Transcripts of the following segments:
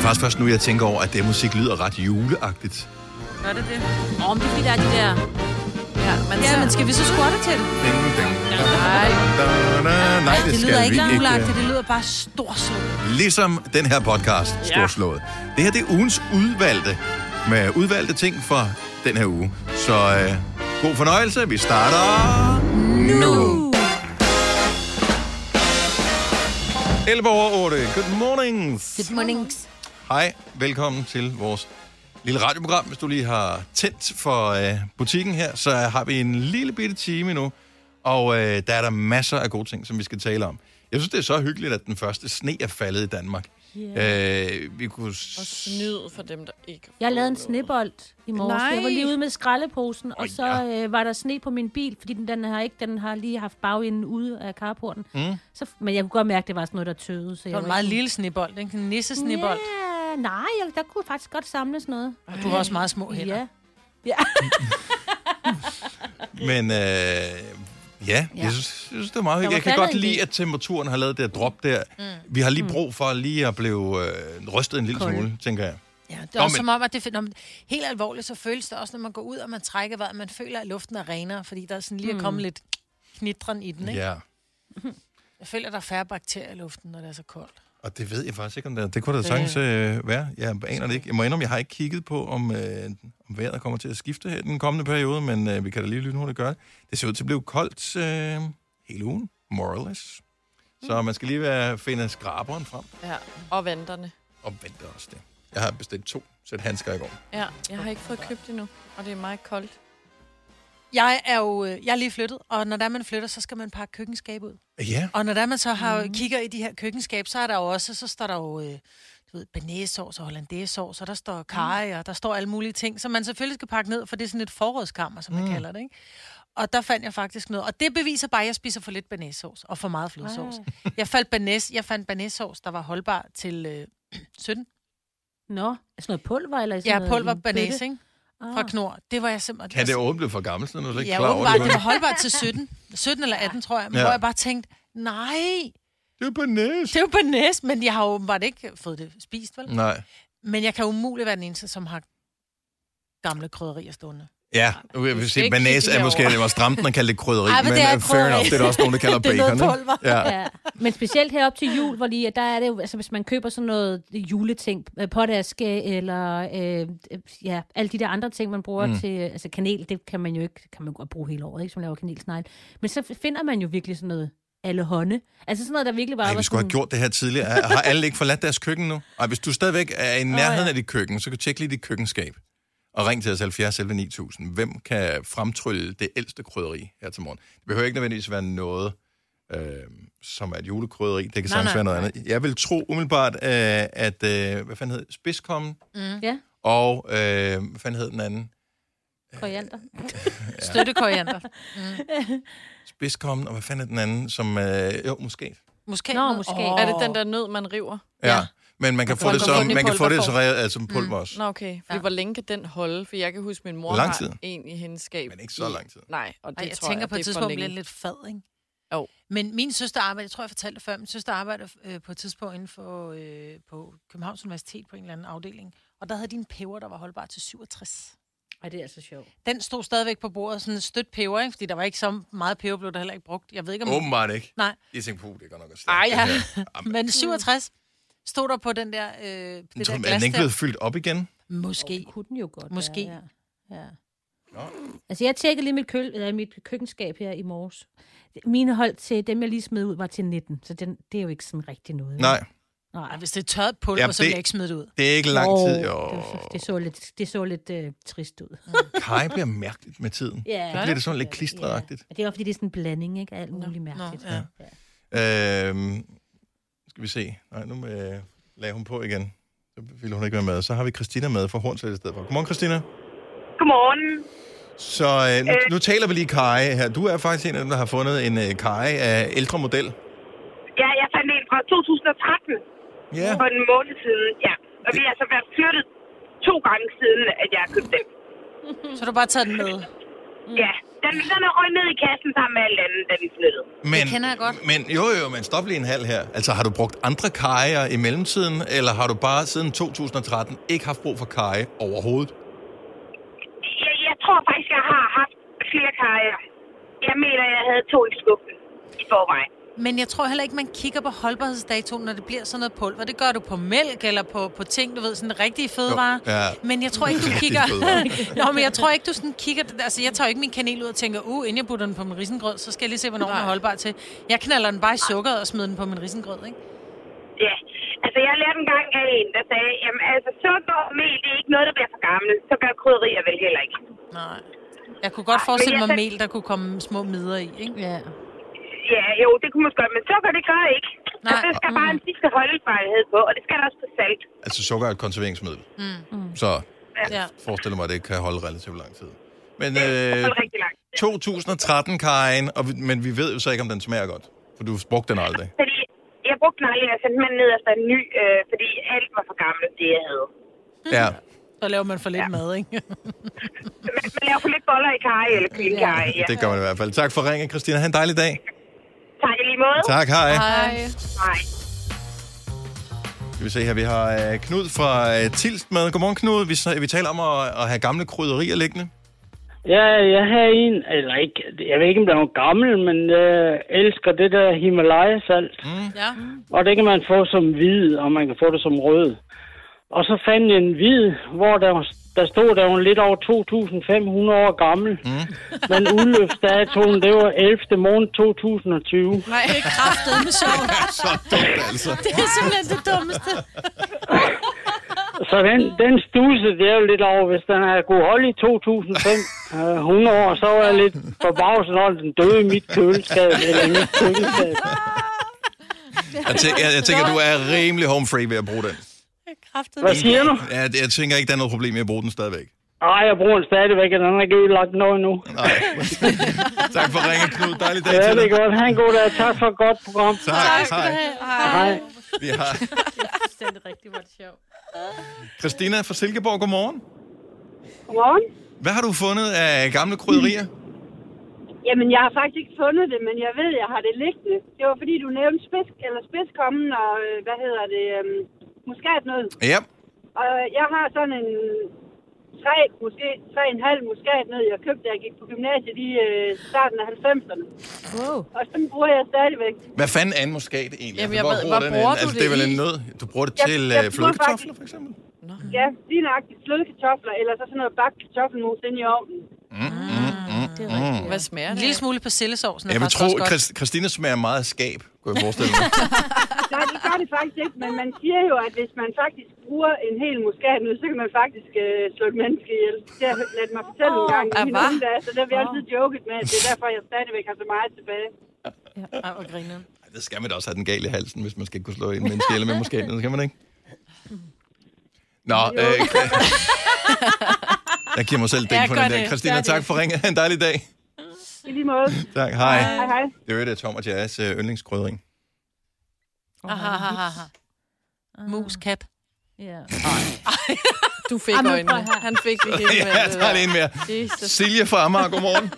faktisk først nu, jeg tænker over, at det musik lyder ret juleagtigt. Nå, det er det. Åh, oh, men det er fordi, der er de der... Ja, man Ja, men skal vi så squatte til det? Ding, ding, da, Nej. da, da. Nej, det det skal lyder vi ikke. ikke langulagtigt, det lyder bare storslået. Ligesom den her podcast, storslået. Det her det er ugens udvalgte, med udvalgte ting fra den her uge. Så øh, god fornøjelse. Vi starter nu. 11 over 8. Good mornings. Good mornings. Hej, velkommen til vores lille radioprogram. Hvis du lige har tændt for øh, butikken her, så har vi en lille bitte time nu, og øh, der er der masser af gode ting, som vi skal tale om. Jeg synes, det er så hyggeligt, at den første sne er faldet i Danmark. Yeah. Øh, vi kunne... Og snyd for dem, der ikke... Jeg lavede en snebold i morges. Nej. Nej. Jeg var lige ude med skraldeposen, og Åh, så ja. øh, var der sne på min bil, fordi den, den har ikke, den har lige haft bagenden ude af carporten. Mm. Så, men jeg kunne godt mærke, at det var sådan noget, der tøvede. Så Det var en meget lille snebold, den en nisse snebold. Ja, nej, jeg, der kunne faktisk godt samles noget. Og du har også meget små hænder. Ja. Men øh, ja, ja, jeg synes, synes, det er meget hyggeligt. Jeg kan faldet godt en lide, del. at temperaturen har lavet det her drop der. Mm. Vi har lige brug for lige at blive øh, rystet en lille Kold. smule, tænker jeg. Ja, det er Nå, også men- som om, at det, nå, men helt alvorligt, så føles det også, når man går ud, og man trækker vejret, man føler, at luften er renere, fordi der er sådan lige mm. kommet lidt knitren i den, ikke? Ja, Jeg føler, at der er færre bakterier i luften, når det er så koldt. og det ved jeg faktisk ikke, om det er. Det kunne da sagtens øh, være. Jeg aner det ikke. Jeg må indrømme, jeg har ikke kigget på, om, øh, om vejret kommer til at skifte her i den kommende periode, men øh, vi kan da lige lytte, når det gør det. Det ser ud til at blive koldt øh, hele ugen, more or less. Mm. Så man skal lige være, finde skraberen frem Ja, og vanterne. og vente også det. Jeg har bestilt to sæt handsker i går. Ja, jeg har ikke fået købt endnu, og det er meget koldt. Jeg er jo øh, jeg er lige flyttet, og når der man flytter, så skal man pakke køkkenskab ud. Ja, Og når der man så har, mm. kigger i de her køkkenskab, så er der jo også, så står der jo, øh, du ved, banæsovs og hollandaisesovs, og der Mm. står karry, og der står alle mulige ting, som man selvfølgelig skal pakke ned, for det er sådan et forrådskammer, som Mm. man kalder det, ikke? Og der fandt jeg faktisk noget, og det beviser bare, at jeg spiser for lidt banæssovs og for meget flødesovs. Ah. Jeg, fandt banæs, jeg fandt banæssovs, der var holdbar til øh, 17. Nå, sådan noget pulver eller sådan Ja, noget? pulver en bøtte? banæs, ikke? Fra Ah. Knor. Det var jeg simpelthen... Kan det åbent blive for gammel, så er du slet ikke Ja, klar over åbenbart. det? Det var holdbart til 17. 17 eller 18, tror jeg. Men Ja. ja. hvor jeg bare tænkte, nej, Det er på næs. Det er jo banæs, men jeg har åbenbart ikke fået det spist, vel? Nej. Men jeg kan umuligt være den eneste, som har gamle krydderier stående. Ja, nu vil jeg sige, ikke banæs kigge er måske, derover. det var stramt, man kalder det krydderi, Ej, men men det er øh, fair krydderi. enough, det er der også nogen, der kalder Det er noget bacon, ikke? pulver. Ja. Ja. Men specielt herop til jul, hvor lige, der er det jo, altså hvis man køber sådan noget juleting, øh, potaske eller øh, øh, ja, alle de der andre ting, man bruger Mm. mm. til, øh, altså kanel, det kan man jo ikke, kan man godt bruge hele året, ikke, som laver kanelsnegle. Men så finder man jo virkelig sådan noget alle hånde. Altså sådan noget, der virkelig bare Ej, vi skulle have gjort det her tidligere. Er- Har alle ikke forladt deres køkken nu? Ej, hvis du stadigvæk er i nærheden af dit køkken, så kan du tjekke lige dit køkkenskab. Og ring til os 70 11 9000. Hvem kan fremtrylle det ældste krydderi her til morgen? Det behøver ikke nødvendigvis være noget, øh, som er et julekrydderi. Det kan sagtens nej, være noget andet. Jeg vil tro umiddelbart, øh, at, øh, hvad fanden hed, det? spidskommen Mm. Ja, og, øh, hvad fanden hed den anden? koriander. Støtte koriander. Spidskommen, og hvad fanden er den anden, som, øh, jo, måske. Måske. Nå, noget- måske. Åh. Er det den der nød, man river? Ja. ja. Men man kan, få kan det, godt få som, den i man kan få det pulverform. Mm. som, altså, som pulver også. Nå, okay. Fordi Ja. ja. hvor længe kan den holde? For jeg kan huske, min mor Lang har tid. en i hendes skab. Men ikke så i- lang tid. Nej, og det Ej, jeg tror tænker jeg, på det et er for tidspunkt længe. bliver det lidt fad, ikke? Jo. Men min søster arbejder, jeg tror, jeg fortalte det før, min søster arbejder øh, på et tidspunkt inden for øh, på Københavns Universitet på en eller anden afdeling, og der havde de en peber, der var holdbar til 67. Ej, det er altså sjovt. Den stod stadigvæk på bordet, sådan en stødt peber, ikke? fordi der var ikke så meget peber, blev der heller ikke brugt. Jeg ved ikke, om... Åbenbart ikke. Nej. Jeg tænkte, puh, det er godt nok også. Ej, ja. Men, Men 67 stod der på den der, øh, det der tror, er glas den ikke der. blevet fyldt op igen? Måske. Det kunne den jo godt Måske. Være, ja. Ja. Nå. Altså, jeg tjekkede lige mit, køl, eller mit køkkenskab her i morges. Mine hold til dem, jeg lige smed ud, var til 19, så den, det er jo ikke sådan rigtig noget. vel? Nej, Ej, Nej. hvis det er tørret pulver, Ja, ja, så vil det- jeg ikke smide det ud. det er ikke lang Åh, tid. det Jo. var så- Det så lidt, det så lidt øh, trist ud. Kaj bliver mærkeligt med tiden. Ja. Så bliver det sådan lidt klistretagtigt. Og det er også, fordi, det er sådan en blanding, ikke? Alt muligt mærkeligt. Nå, ja. Øhm, skal vi se. Nej, nu øh, lagde hun på igen. Så ville hun ikke være med. Så har vi Christina med fra Hornslet i stedet for. Godmorgen, Christina. Godmorgen. Så øh, nu, nu taler vi lige Kaj her. Du er faktisk en af dem, der har fundet en øh, Kaj af ældre model. Ja, jeg fandt en fra 2013 Ja. for en måned siden, ja. Og vi altså har så været flyttet to gange siden, at jeg købte den. Så har du bare taget den med. Mm. Ja, den, den er røg ned i kassen sammen med alt andet, da vi flyttede. Men, det kender jeg godt. Men jo, jo, men stop lige en halv her. Altså, har du brugt andre kajer i mellemtiden, eller har du bare siden 2013 ikke haft brug for kaje overhovedet? Jeg, jeg tror faktisk, jeg har haft flere karriere. Jeg mener, jeg havde to i skubben i forvejen. Men jeg tror heller ikke, man kigger på holdbarhedsdatoen, når det bliver sådan noget pulver. Det gør du på mælk eller på, på ting, du ved, sådan rigtige fødevarer. ja. Men jeg tror ikke, du Rigtige kigger... fødevarer. Nå, men jeg tror ikke, du sådan kigger... Altså, jeg tager jo ikke min kanel ud og tænker, uh, inden jeg putter den på min risengrød, så skal jeg lige se, hvornår den er Nej. holdbar til. Jeg knaller den bare i sukkeret og smider den på min risengrød, ikke? Ja, altså jeg lærte en gang af en, der sagde, jamen altså sukker og mel, det er ikke noget, der bliver for gammelt. Så gør krydderier vel heller ikke. Nej. Jeg kunne godt Ej, forestille men mig jeg tænk- mel, der kunne komme små midder i, ikke? Ja. Ja, jo, det kunne man godt, men sukker, det gør ikke. Nej. Mm. Nej. Der skal bare en sidste holdbarhed på, og det skal der også på salt. Altså, sukker er et konserveringsmiddel. Mm. Så Ja. forestiller mig, at det kan holde relativt lang tid. Men Det øh, er rigtig langt. 2013, Kajen, og vi, men vi ved jo så ikke, om den smager godt. For du brugte den aldrig. Fordi jeg brugte den aldrig, og sendte den ned efter en ny, øh, fordi alt var for gammelt, det jeg havde. Mm. Ja. Så laver man for lidt ja. mad, ikke? Man, man laver for lidt boller i kaj eller kvindekaj, ja. Det gør man i hvert fald. Tak for ringen, Christina. Ha' en dejlig dag. Tak i lige måde. Tak, hej. hej. Ej. Nej. Skal vi se her, vi har øh, Knud fra øh, Tilst med. Godmorgen, Knud. Vi, sn- vi taler om at, at have gamle krydderier liggende. Ja, jeg har en, eller ikke, jeg ved ikke, om den er gammel, men jeg elsker det der Himalaya-salt. Ja. Mm. Og det kan man få som hvid, og man kan få det som rød. Og så fandt jeg en hvid, hvor der, var- der stod, der var lidt over 2.500 år gammel. Mm. Men udløbsdatoen, det var 11. måned 2020. Nej, det er kraftedet med sjov. Så dumt, altså. Det er simpelthen det dummeste. Så den, den stussede det er jo lidt over. Hvis den havde kunne holde i 2.500 år, så var jeg lidt forbavset, når den døde i mit køleskab. Eller i mit køleskab. Jeg, tæ- jeg, jeg tænker, du er rimelig home free ved at bruge den. Kraftedet Hvad siger du? Ja, det- jeg tænker ikke, der er noget problem med at bruge den stadigvæk. Nej, jeg bruger den stadigvæk, og den er ikke ødelagt noget endnu. Nej. tak for ringen, Knud. Dejlig dag Ja, til det er dig. godt. Ha' en god dag. Tak for et godt program. Tak. Hej. Hej. Vi har Det er rigtig meget sjovt. Christina fra Silkeborg. Godmorgen. Godmorgen. Hvad har du fundet af gamle krydderier? Jamen, jeg har faktisk ikke fundet det, men jeg ved, jeg har det liggende. Det var fordi, du nævnte spids, eller spidskommen og, øh, hvad hedder det, øhm, muskatnød. Ja. Og øh, jeg har sådan en tre, måske tre en halv muskatnød, jeg købte, da jeg gik på gymnasiet i øh, starten af 90'erne. Wow. Og sådan bruger jeg stadigvæk. Hvad fanden er en muskat egentlig? Jamen, jeg ved- bruger hvad den bruger du henne? altså, det det er vel i? en nød. Du bruger det Jeg- til jeg øh, bruger flødekartofler, faktisk- for eksempel? Ja, lige nøjagtigt flødekartofler, eller så sådan noget bagt kartoffelmos ind i ovnen. Mm, Det er rigtigt. Hvad smager det? En lille smule persillesovsen er Jeg vil faktisk tro, også godt. Christ- Christina smager meget af skab, kunne jeg forestille mig. Nej, det gør det faktisk ikke, men man siger jo, at hvis man faktisk bruger en hel muskatnød, så kan man faktisk øh, slå et menneske ihjel. Det har jeg ladt mig fortælle en gang. ah, i mine hva? unge dage, så det har vi altid joket med, at det er derfor, jeg stadigvæk har så meget tilbage. Ej, hvor grineren. Ej, det skal man da også have den galt i halsen, hvis man skal kunne slå en menneske eller med måske. Det skal man ikke. Nå, øh, jeg giver mig selv den Ja, på gør den der. det. Christina, Gør det. tak for ringet. Ha' En dejlig dag. I lige måde. Tak, hej. Hej, hej. Det er jo det, Tom og Jazz øh, yndlingskryddering. Aha, aha, aha. Mus, kat. Ja. Du fik Ej, men prøv øjnene. at høre. Han fik det hele Ja, med jeg det tager lige der. en mere. Jesus. Silje fra Amager, godmorgen.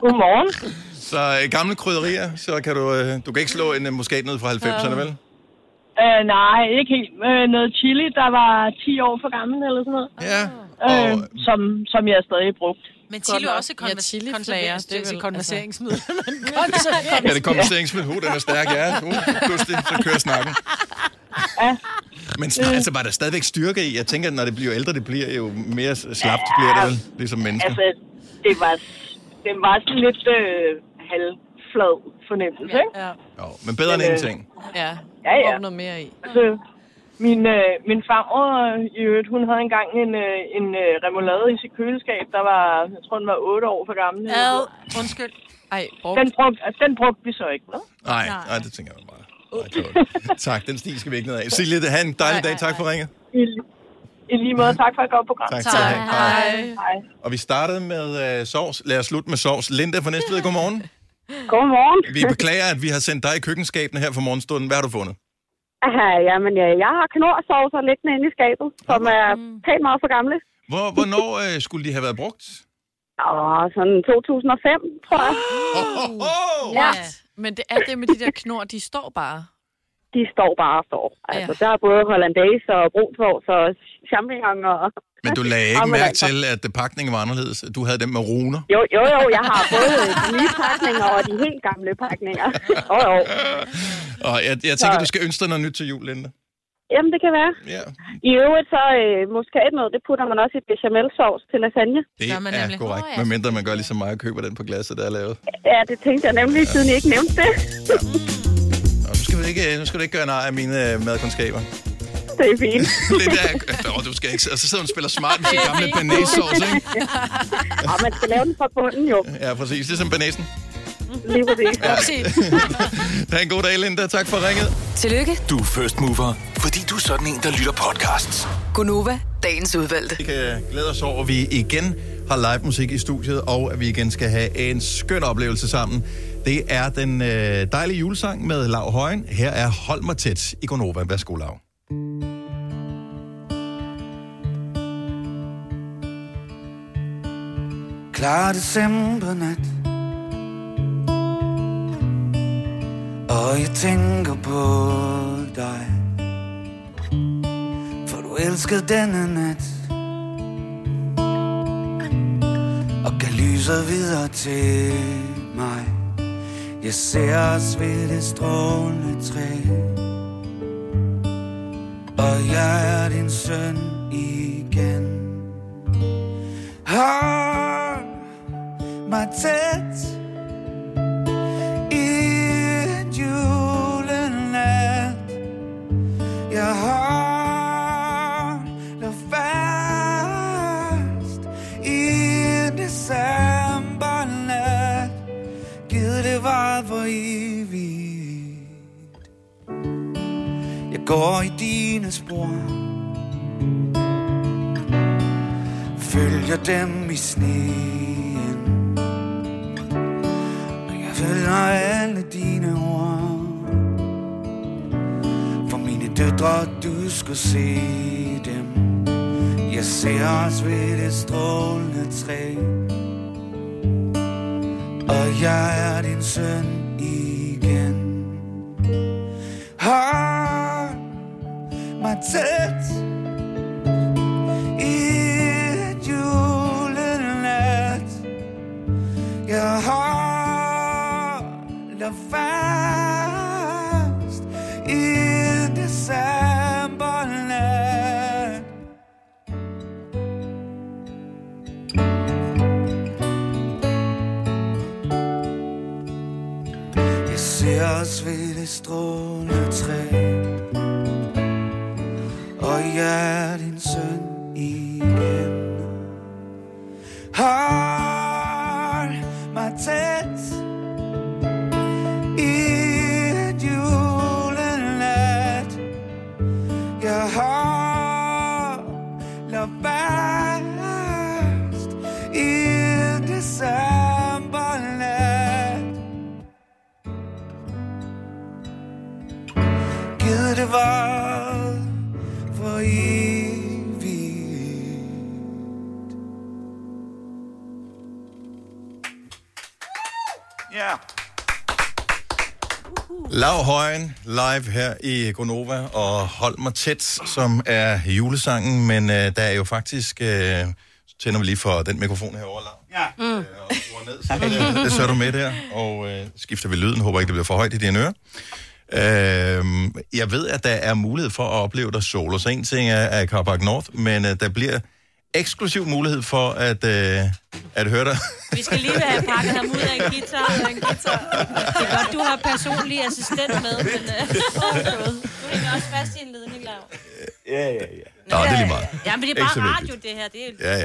Godmorgen. Så øh, gamle krydderier, så kan du... Øh, du kan ikke slå en øh, muskat ned fra 90'erne, vel? Øh, nej, ikke helt. Øh, noget chili, der var 10 år for gammel eller sådan noget, Øh, Ja. Og, som, som jeg stadig brugte. Men Godt chili er nok. også Ja, chiliflager, konserverings- det er det vel- er altså- konverseringsmiddel. ja, det kommer til engelsk med den er stærk, ja. Uh, pludselig, så kører snakken. Men sn- altså, var der stadigvæk styrke i? Jeg tænker, at når det bliver ældre, det bliver jo mere slapt, bliver det vel, ligesom mennesker. Altså, det var, det var sådan lidt øh, halvflad fornemmelse, ikke? Ja, Jo, men bedre end ingenting. ja. Ja, ja. Prøv noget mere i. Altså, min, øh, min farmor, øh, i øvrigt, hun havde engang en, øh, en øh, remoulade i sit køleskab, der var, jeg tror, den var 8 år for gammel. Ad, undskyld. Ej, brugt. Den brugte, altså, den brugte vi så ikke, vel? Nej, nej, det tænker jeg bare. Nej, klogt. tak, den sti skal vi ikke ned af. Silje, det han en dejlig dag. Tak for ringet. I, I lige måde, tak for et godt program. Tak skal du have. Hej. Ej. Hej. Og vi startede med øh, sovs. Lad os slutte med sovs. Linda fra Næstved, godmorgen. Godmorgen. Vi beklager, at vi har sendt dig i køkkenskabene her for morgenstunden. Hvad har du fundet? Aha, jamen, ja, øh, jeg har knorrsovser liggende inde i skabet, som er pænt meget for gamle. Hvor, hvornår øh, skulle de have været brugt? Åh, sådan 2005, tror jeg. Oh, oh, oh. Ja. Men det, alt det med de der knor, de står bare. De står bare og står. Altså, Ja. der er både hollandaise og brunsvårs og champignon og... Men du lagde ikke Jamen, mærke altså. til, at øh, pakningen var anderledes. at Du havde dem med runer. Jo, jo, jo, jeg har både de nye pakninger og de helt gamle pakninger. Jo, jo. Og jeg, jeg tænker, Så- du skal ønske dig noget nyt til jul, Linda. Jamen, det kan være. Ja, I øvrigt så øh, muskatnød, det putter man også i bechamelsauce til lasagne. det Gør man er nemlig. korrekt. Nå, ja. Medmindre man gør ligesom mig og køber den på glasset, der er lavet. Ja, det tænkte jeg nemlig, siden I ikke nævnte det. Nå, nu, skal du ikke, øh, nu skal du ikke gøre nej af mine øh, madkundskaber. det er fint. det der, åh, du skal ikke, og så sidder hun og spiller smart med sin gamle banæssauce, ikke? Og man skal lave den fra bunden jo, Ja, præcis. Ligesom banæsen. lige præcis. Ha' en god dag, Linda. Tak for ringet. Tillykke, Du er first mover, fordi du er sådan en, der lytter podcasts. Gunova, dagens udvalgte. Vi kan glæde os over, at vi igen har live musik i studiet, og at vi igen skal have en skøn oplevelse sammen. Det er den øh, dejlige julesang med Lav Højen. Her er Hold mig tæt i Gonova. Værsgo, Lav. Klar decembernat Og jeg tænker på dig For du elskede denne nat Og gav lyset videre til mig Jeg ser os ved det strålende træ Og jeg er din søn igen Hold mig tæt i en julenat. Jeg holder fast i en decembernat. Gid det var for evigt. Jeg går i dine spor. følger dem i sneen. Og jeg følger alle dine ord. For mine døtre, du skulle se dem. Jeg ser os ved det strålende træ. Og jeg er din søn igen. Hold mig tæt i en julenat. Jeg holder fast i en decembernat. Jeg ser os ved det strålende træ og jeg er din søn igen. Hold mig tæt i en julenat. Jeg holder fast i en decembernat. Gid det var for evigt. Ja. Lav Højen live her i Gonova og Hold mig tæt, som er julesangen, men øh, der er jo faktisk... Øh, så tænder vi lige for den mikrofon herovre, Lav. Ja. Mm. Øh, og skruer ned, så, det, det, så er du med der, og øh, skifter vi lyden. Håber ikke, det bliver for højt i dine ører. Øhm, jeg ved, at der er mulighed for at opleve dig solo, så en ting er, er Carpark North, men øh, der bliver eksklusiv mulighed for at, øh, at høre dig. Vi skal lige have pakket ham ud af en guitar. Af en guitar. Det er godt, du har personlig assistent med, men uh, du hænger også fast i en ledning, Lav. Nå, det er lige meget. Ja, men det er Ikke bare så vigtigt. radio, det her. Det er Ja, ja.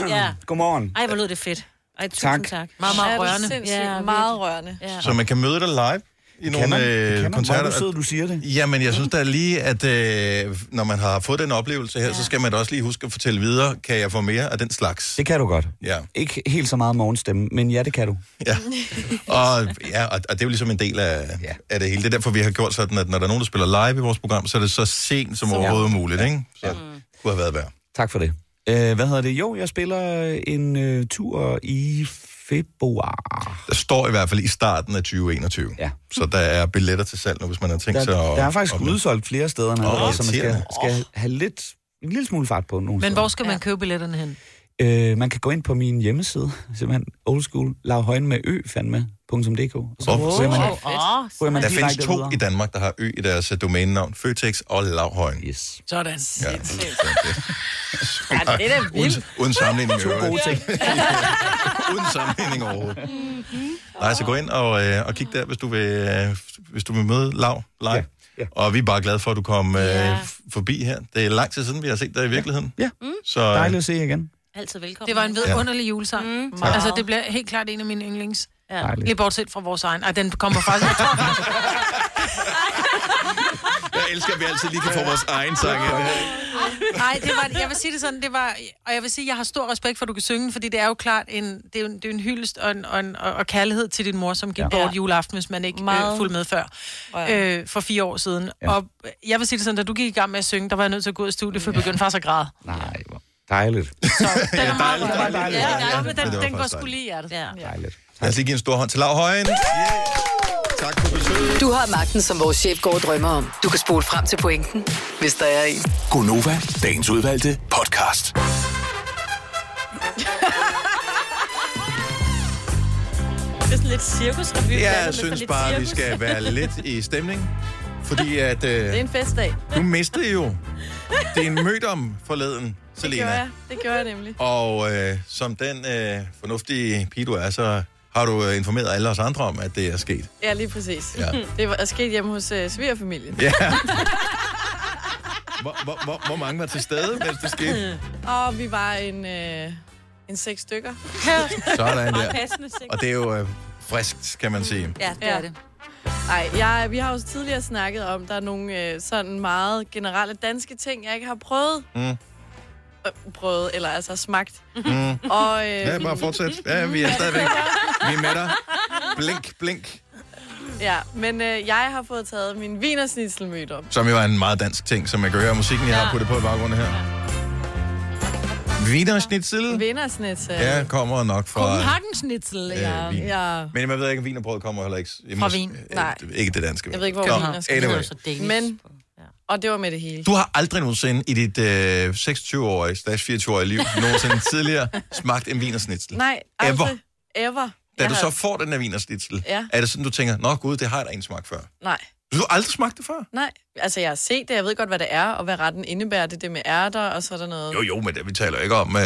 så. ja. Godmorgen. Ej, hvor lød det fedt. Ej, tusind Tak. tak. tak. Meget, meget rørende. Ja, Ja, meget rørende. Ja. Så man kan møde dig live i nogle Kan man? øh, Kan man? Hvor er koncerter. du sød, du siger det. Jamen, jeg synes da lige, at øh, når man har fået den oplevelse her, ja. så skal man da også lige huske at fortælle videre, kan jeg få mere af den slags? Det kan du godt. Ja. Ikke helt så meget morgenstemme, men ja, det kan du. Ja. Og, ja, og, og det er jo ligesom en del af, ja. Ja. af det hele. Det er derfor, vi har gjort sådan, at når der er nogen, der spiller live i vores program, så er det så sent som overhovedet muligt, ikke? Så det kunne have været værd. Tak for det. Øh, hvad hedder det? Jo, jeg spiller en øh, tur i februar. Der står i hvert fald i starten af 2021. Ja. Så der er billetter til salg nu, hvis man har tænkt Der, sig at... der er faktisk at- udsolgt flere steder, Åh, oh, så man skal, irriterende. skal have lidt, en lille smule fart på nogle Men steder. hvor skal man købe billetterne hen? Øh, man kan gå ind på min hjemmeside, simpelthen oldschool, lavhøjen med ø, fandme, .dk. Og så Hvor- ryger man- ryger man der findes direkte to videre. i Danmark, der har ø i deres øh, domænenavn. Føtex og Lavhøjen. Yes. Sådan. Ja. Ja, det er da vildt. Uden, uden sammenligning i To gode øvrigt. ting. uden sammenligning overhovedet. Mhm. Nej, så gå ind og, øh, og kig der, hvis du vil, øh, hvis du vil møde Lav live. Ja. Ja. Og vi er bare glade for, at du kom øh, f- forbi her. Det er lang tid siden, vi har set dig i virkeligheden. Ja. Mm. Så, øh, Dejligt at se jer igen. Altid velkommen. Det var en vidunderlig julesang. Mm, Tak. altså, det bliver helt klart en af mine yndlings. Ja. Dejligt. Lige bortset fra vores egen. Ej, den kommer faktisk... Jeg tror faktisk- Jeg elsker, at vi altid lige kan få vores egen sang ind. Nej, det var, jeg vil sige det sådan, det var, og jeg vil sige, jeg har stor respekt for, at du kan synge, fordi det er jo klart en, det er jo en, det er jo en hyldest og, en, og, en, og, og kærlighed til din mor, som gik Ja. ja. bort Ja. juleaften, hvis man ikke Meget. øh, fulgte med før, Ja. øh, for fire år siden. Ja. Og jeg vil sige det sådan, da du gik i gang med at synge, der var jeg nødt til at gå ud af studiet, for jeg begyndte faktisk at græde. Nej, hvor dejligt. Den er meget dejligt, dejligt, dejligt. Ja, Ja, men men det den, var den går faktisk sgu lige i hjertet. Ja. Dejligt. Lad os lige give en stor hånd til Lav Højen. Yeah. Tak for besøget. Du har magten, som vores chef går og drømmer om. Du kan spole frem til pointen, hvis der er en. Gonova, dagens udvalgte podcast. Det er sådan lidt cirkusrevy. blandet Jeg med for synes lidt bare, vi cirkus. skal være lidt i stemning. Fordi at Det er øh, en festdag. du mistede jo din mødom forleden, Det gjorde Selena. jeg. Det gjorde jeg nemlig. Og øh, som den øh, fornuftige pige, du er, så har du øh, informeret alle os andre om, at det er sket. Ja, lige præcis. Ja. Ja. Det var er sket hjemme hos øh, svigerfamilien. Ja. Hvor, hvor, hvor, hvor mange var til stede, mens det skete? Og vi var en, øh, en seks stykker. Sådan der. Og det er jo øh, friskt, kan man sige. Ja, det er det. Nej, jeg, vi har jo tidligere snakket om, der er nogle øh, sådan meget generelle danske ting, jeg ikke har prøvet. Mm. Øh, prøvet, eller altså smagt. Mm. Og, øh, Ja, bare fortsæt. Ja, vi er stadigvæk. Vi er med dig. Blink, blink. Ja, men øh, jeg har fået taget min vinersnitzel mødt om. Som jo er en meget dansk ting, som man kan høre af musikken, jeg har puttet på i baggrunden her. Wienerschnitzel. Vindersnitzel. Mm. Ja, kommer nok fra... Kopenhagenschnitzel, ja. Øh, Wien. ja. Men man ved ikke, at wienerbrød kommer heller ikke... Jeg Fra må- Wien. øh, Nej. Ikke det danske. Jeg ved ikke, hvor Nå, Wien er skrevet. anyway. Men, og det var med det hele. Du har aldrig nogensinde i dit øh, 26-årige, slash 24-årige liv, nogensinde tidligere smagt en wienerschnitzel. Nej, Ever. aldrig. Ever. Da Jeg du har- så får den her wienerschnitzel, Ja. er det sådan, du tænker, nå gud, det har jeg da ikke smagt før. Nej, Du har aldrig smagt det før? nej. Altså, jeg har set det, jeg ved godt, hvad det er, og hvad retten indebærer. Det er det med ærter, og så er der noget... Jo, jo, men det, vi taler jo ikke om øh,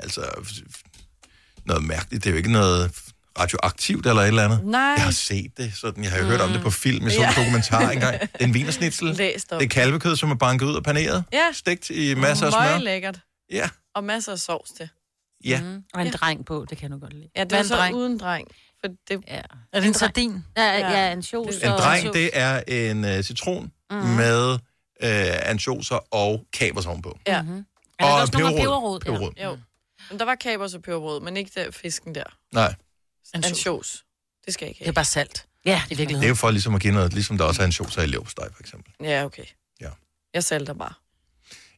altså, f- f- noget mærkeligt. Det er jo ikke noget radioaktivt eller et eller andet. Nej. Jeg har set det sådan. Jeg har mm. hørt om det på film. Jeg så en Ja. dokumentar engang. Det er en vinersnitzel. Læst om. Det er kalvekød, som er banket ud og paneret. Ja. Stegt i masser af smør. Meget lækkert. Ja. Og masser af sovs til. Ja. Mm. Og en dreng på, det kan du godt lide. Ja, det Hvad var en så dreng? uden dreng. For det... Ja. Er det en sardin? Ja, ja, en sjov. En dreng, det er en øh, citron mm. Mhm. med øh, ansjoser og kapers ovenpå. Ja. der Og også nogen med peberrod? peberrod. Ja. Mhm. Jo. Men der var kapers og peberrod, men ikke der fisken der. Nej. Ansjos. Det skal jeg ikke have. Det er bare salt. Ja, i Det er jo for ligesom at give noget, ligesom der også er ansjoser i leverpostej, for eksempel. Ja, okay. Ja. Jeg salter bare.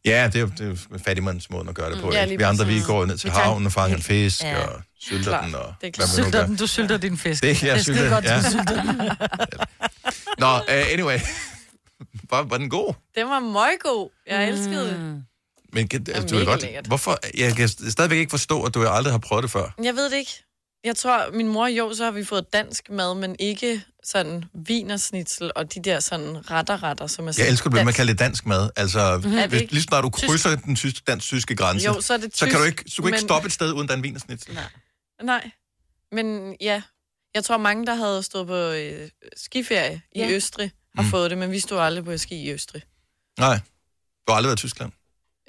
Ja, det er jo det er jo fattigmandsmåden at gøre det Mm. på. Ja, Ja, lige vi andre, vi præcis. går ned til Vi tager- havnen og fanger en fisk Ja. ja. og sylter Klart. den. Og, Det er hvad klart. man nu gør. Sylter den, du sylter din fisk. Det er ikke, jeg det er skide sylter, godt, du ja. sylter den. Nå, uh, anyway. var, var den god? Den var møggod. Jeg elskede det. Mm. Men kan, er altså, du er mega godt. lækkert. Hvorfor? Jeg kan stadigvæk ikke forstå, at du aldrig har prøvet det før. Jeg ved det ikke. Jeg tror, min mor, jo, så har vi fået dansk mad, men ikke sådan vinersnitzel og de der sådan retter-retter, som er sådan Jeg elsker, at man dansk. kalder det dansk mad. Altså, Mhm. Er det hvis, ikke? lige snart du krydser den tysk, dansk-tyske grænse, Jo, så er det så kan du tysk, ikke, så kan du ikke men- stoppe et sted, uden der er en vinersnitzel. Nej, men ja. Jeg tror, mange, der havde stået på øh, skiferie i Ja. Østrig, har Mm. fået det, men vi stod aldrig på ski i Østrig. Nej. Du har aldrig været i Tyskland.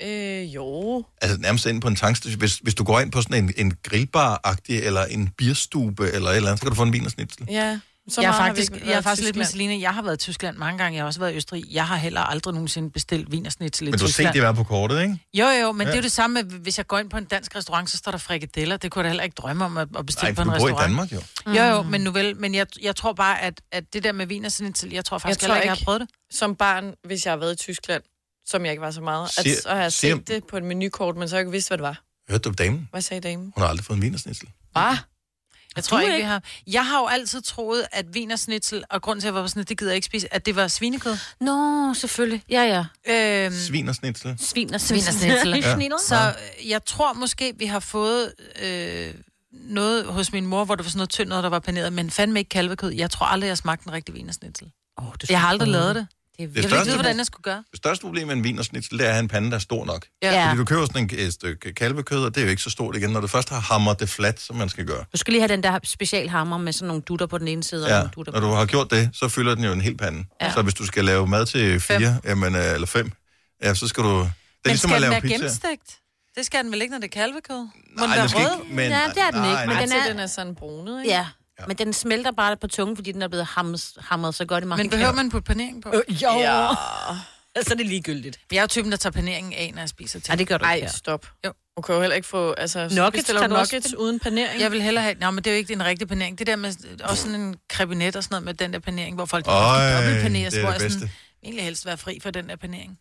Øh, jo. Altså nærmest ind på en tankstation. Hvis, hvis du går ind på sådan en, en grillbar-agtig, eller en bierstube, eller et eller andet, så kan du få en vinersnitzel. Ja, så jeg er meget har vi faktisk, ikke jeg er været i faktisk lidt med Tyskland. Selina. Jeg har været i Tyskland mange gange. Jeg har også været i Østrig. Jeg har heller aldrig nogensinde bestilt vinersnitzel i Men du har set Tyskland. det være på kortet, ikke? Jo, jo, men ja. det er Ja. jo det samme med, hvis jeg går ind på en dansk restaurant, så står der frikadeller. Det kunne jeg da heller ikke drømme om at at bestille Nej, på en du bor i restaurant. Danmark jo. Jo, jo, Mm. men nu vel. Men jeg, jeg tror bare, at, at det der med vin og sådan til, jeg tror faktisk jeg tror heller ikke, jeg har prøvet det. Som barn, hvis jeg har været i Tyskland, som jeg ikke var så meget, at Siger- så har jeg siger- set det på et menukort, men så har jeg ikke vidst, hvad det var. Hørte du damen? Hvad sagde damen? Hun har aldrig fået en vinersnitzel. Bare. Jeg tror ikke, vi har... Jeg har jo altid troet, at vinersnitzel, og grunden til, at jeg var sådan, det gider jeg ikke spise, at det var svinekød. Nå, selvfølgelig. Ja, ja. Øhm, Svinersnitzel. Svin og Svinersnitzel. Ja. Snitzel. Så øh, jeg tror måske, vi har fået øh, noget hos min mor, hvor det var sådan noget tyndt noget, der var paneret, men fandme ikke kalvekød. Jeg tror aldrig, jeg smagte en rigtig vinersnitzel. Oh, skulle jeg har aldrig du prøve. lavet det. det jeg ved ikke, største- vide, hvordan jeg skulle gøre. Det største problem med en vinersnitzel, det er at have en pande, der er stor nok. Ja. Fordi du køber sådan en- et stykke kalvekød, og det er jo ikke så stort igen, når du først har hamret det fladt, som man skal gøre. Du skal lige have den der specialhammer med sådan nogle dutter på den ene side. og Ja, nogle dutter når på du har gjort det, så fylder den jo en hel pande. Ja. Ja. Så hvis du skal lave mad til fire, jamen, øh, eller fem, ja, så skal du... Det er Men ligesom at skal den lave være pizza. gennemstegt? Det skal den vel ikke, når det er kalvekød? Nej, den være den skal rød? ikke, men- Ja, det er den nej, ikke, men nej. den Den er, er- den er sådan brunet, ikke? Ja. ja, men den smelter bare på tungen, fordi den er blevet hammes, hamret så godt i mange Men behøver man putte panering på? Øh, jo. Ja. Så er det ligegyldigt. Jeg er jo typen, der tager paneringen af, når jeg spiser ting. Ej, det gør du Ej, ikke, ja. stop. Jo. Du kan jo heller ikke få, altså... Nuggets, bestiller tager du du også nuggets den? uden panering. Jeg vil hellere have... Nå, men det er jo ikke en rigtig panering. Det der med også sådan en krebinet og sådan noget med den der panering, hvor folk Øj, dobbeltpaneres, det er hvor det jeg sådan, bedste. egentlig helst være fri for den der panering.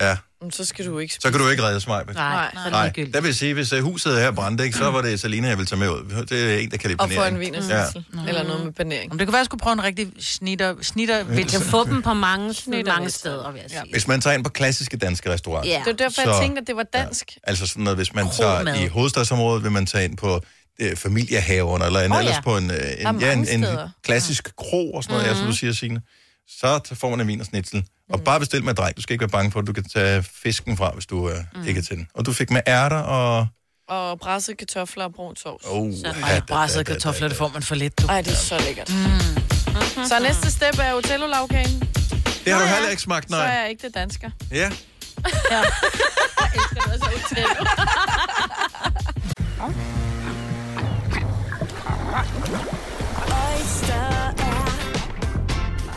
Ja, Så skal du ikke så kan du ikke redde smag. Nej, nej. Så er det nej. ligegyldigt. Der vil jeg sige, hvis øh, huset her brændte, ikke, så var det Salina, jeg ville tage med ud. Det er en, der kan lide Og få panering. en vinersnitzel. Ja. Eller noget med panering. Men det kan være, at jeg skulle prøve en rigtig snitter, snitter Du kan få dem på mange, Snitter mange lidt. steder, vil jeg sige. Hvis man tager ind på klassiske danske restauranter. Det var derfor, jeg så- tænkte, at det var dansk. Altså sådan noget, hvis man Kromad. tager i hovedstadsområdet, vil man tage ind på øh, familiehaverne, eller en, Åh, oh, ja. ellers på en, øh, Der er en, ja, en, mange en steder. Mhm. klassisk kro og sådan noget, mm-hmm. ja, som du siger, Signe. Så t- får man en vin og snitsel. Og Mm. bare bestil med dreng. Du skal ikke være bange for, at du kan tage fisken fra, hvis du øh, mm. ikke er til den. Og du fik med ærter og... Og brassede kartofler og brun sovs. Oh, Ej, brassede kartofler, det får man for lidt. Ej, det er så lækkert. Så næste step er Otello-lavkagen. Det har du Nå ja, heller ikke smagt, Så er nej. jeg ikke det dansker. Ja. Jeg elsker det også Otello. Oyster er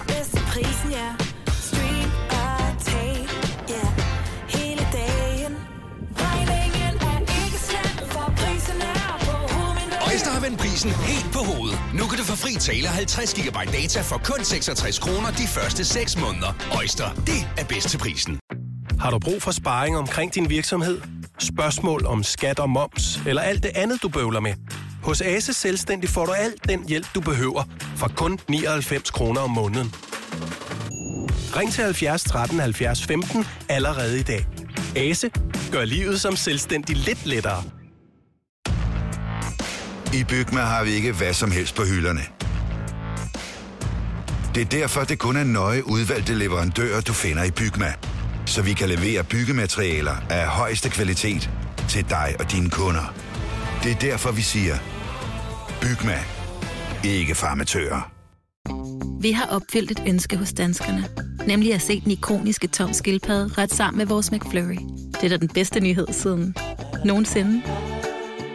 bedst til prisen, ja. Stream og tag, ja. Hele dagen. Regningen er ikke slem, for prisen er på hovedet. Øjster har vendt prisen helt på hovedet. Nu kan du få fri tale 50 GB data for kun 66 kroner de første 6 måneder. Øjster, det er bedst til prisen. Har du brug for sparring omkring din virksomhed? Spørgsmål om skat og moms, eller alt det andet, du bøvler med? Hos Ase Selvstændig får du alt den hjælp, du behøver, for kun 99 kroner om måneden. Ring til 70 13 70 15 allerede i dag. Ase gør livet som selvstændig lidt lettere. I Bygma har vi ikke hvad som helst på hylderne. Det er derfor, det kun er nøje udvalgte leverandører, du finder i Bygma. Så vi kan levere byggematerialer af højeste kvalitet til dig og dine kunder. Det er derfor, vi siger, Bygma. Ikke farmatører. Vi har opfyldt et ønske hos danskerne. Nemlig at se den ikoniske tom skildpadde ret sammen med vores McFlurry. Det er da den bedste nyhed siden nogensinde.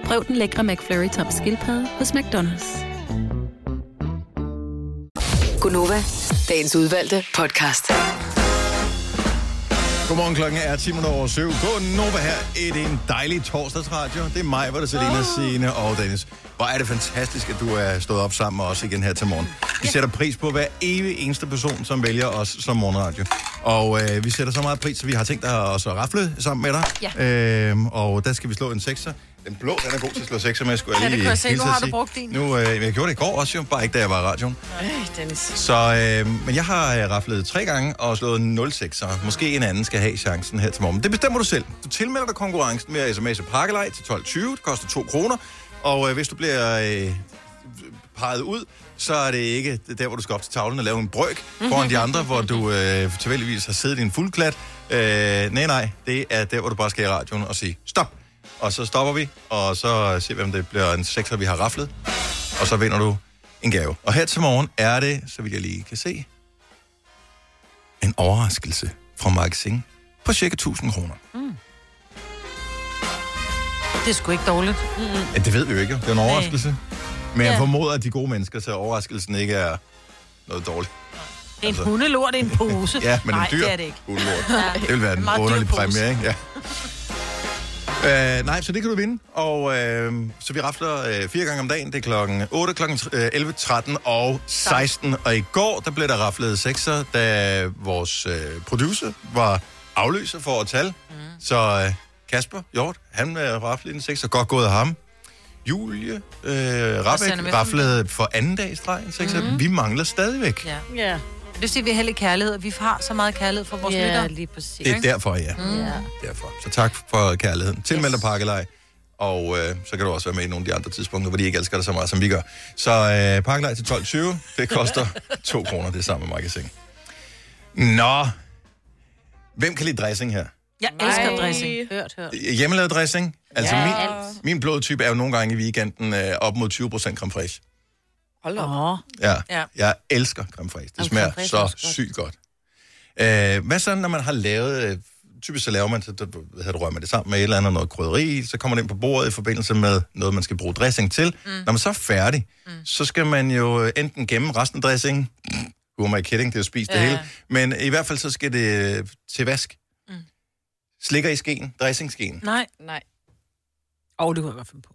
Prøv den lækre McFlurry tom skildpadde hos McDonald's. Gunova, dagens udvalgte podcast. Godmorgen, klokken er 10 minutter over 7. Nova her. Det er en dejlig torsdagsradio. Det er mig, hvor det er Selina, Signe og Dennis. Hvor er det fantastisk, at du er stået op sammen med os igen her til morgen. Vi sætter pris på hver evig eneste person, som vælger os som morgenradio. Og øh, vi sætter så meget pris, så vi har tænkt os at rafle sammen med dig. Ja. Øhm, og der skal vi slå en sekser. Den blå, den er god til at slå sekser med, skulle Ja, jeg det lige kunne jeg se. hilse Nu har at du sige. brugt din. Nu, øh, jeg gjorde det i går også jo, bare ikke da jeg var i radioen. Ej, Dennis. Så, øh, men jeg har øh, raflet tre gange og slået 06, så måske en anden skal have chancen her til morgen. Det bestemmer du selv. Du tilmelder dig konkurrencen med at sms'e pakkelej til 12.20. Det koster 2 kroner. Og øh, hvis du bliver øh, peget ud, så er det ikke der, hvor du skal op til tavlen og lave en brøk foran de andre, hvor du øh, tilfældigvis har siddet i en fuldklat. Øh, nej, nej, det er der, hvor du bare skal i radioen og sige stop. Og så stopper vi, og så ser vi, om det bliver en sekser, vi har raflet. Og så vinder du en gave. Og her til morgen er det, så vidt jeg lige kan se, en overraskelse fra Mark Singh på cirka 1000 kroner. Det er sgu ikke dårligt. Mm-hmm. Ja, det ved vi jo ikke. Det er en overraskelse. Men jeg Ja. formoder, at de gode mennesker, så overraskelsen ikke er noget dårligt. Det er en Altså. hundelort i en pose. Ja, men Nej, en dyr det er det ikke. hundelort. Nej. Det vil være en Meget dyr underlig pose. præmie, ikke? Ja. Uh, nej, så det kan du vinde. Og uh, så vi rafler uh, fire gange om dagen. Det er klokken 8, klokken øh, 11, 13 og 16. Og i går, der blev der raflet sekser, da vores uh, øh, producer var afløser for at tal. Mm. Så øh, Kasper Hjort, han øh, raflede en 6, og godt gået af ham. Julie øh, Sanne Rabeck Møller. raflede for anden dag i streg en 6, mm. vi mangler stadigvæk. Ja. ja. Det vil sige, at vi har heldig kærlighed, og vi har så meget kærlighed for vores Ja, lyttere. lige præcis. Det er derfor, ja. Mm. ja. Derfor. Så tak for kærligheden. Tilmeld dig pakkelej. Og øh, så kan du også være med i nogle af de andre tidspunkter, hvor de ikke elsker dig så meget, som vi gør. Så øh, pakkelej til 12.20. Det koster 2 kroner, det er samme magasin. Nå. Hvem kan lide dressing her? Jeg elsker dressing. Hørt, hørt. Hjemmelavet dressing? Altså, Ja. min, Alt. min blodtype er jo nogle gange i weekenden øh, op mod 20% creme fraiche. Hold da op. Ja. Ja. ja. Jeg elsker creme fraiche. Det Jamen, smager creme fraiche er så også godt. sygt godt. Øh, hvad så, når man har lavet... Øh, typisk så laver man, så, hvad hedder, det, rører man det sammen med et eller andet noget krydderi, så kommer det ind på bordet i forbindelse med noget, man skal bruge dressing til. Mm. Når man så er færdig, mm. så skal man jo øh, enten gemme resten af dressingen, who am I kidding, det er jo spist ja. det hele, men i hvert fald så skal det øh, til vask. Mm. Mm. Slikker i skeen, dressingskeen. Nej. Nej. Åh, oh, det kunne jeg godt finde på.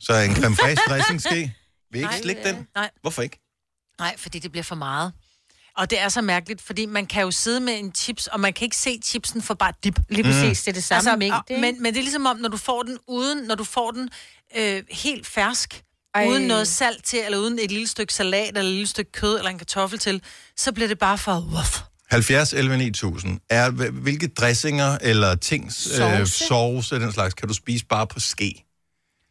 Så en creme fraiche dressingske. Vil I ikke slikke den? Nej. Hvorfor ikke? Nej, fordi det bliver for meget. Og det er så mærkeligt, fordi man kan jo sidde med en chips, og man kan ikke se chipsen for bare dip. Altså, Lige præcis, det er det samme mængde, og- ikke? Men, men det er ligesom om, når du får den uden, når du får den øh, helt fersk, Ej. Ej. uden noget salt til, eller uden et lille stykke salat, eller et lille stykke kød, eller en kartoffel til, så bliver det bare for wuff. 70 11 9000. Er, hv- hvilke dressinger eller ting, øh, Sauce? sauce den slags, kan du spise bare på ske?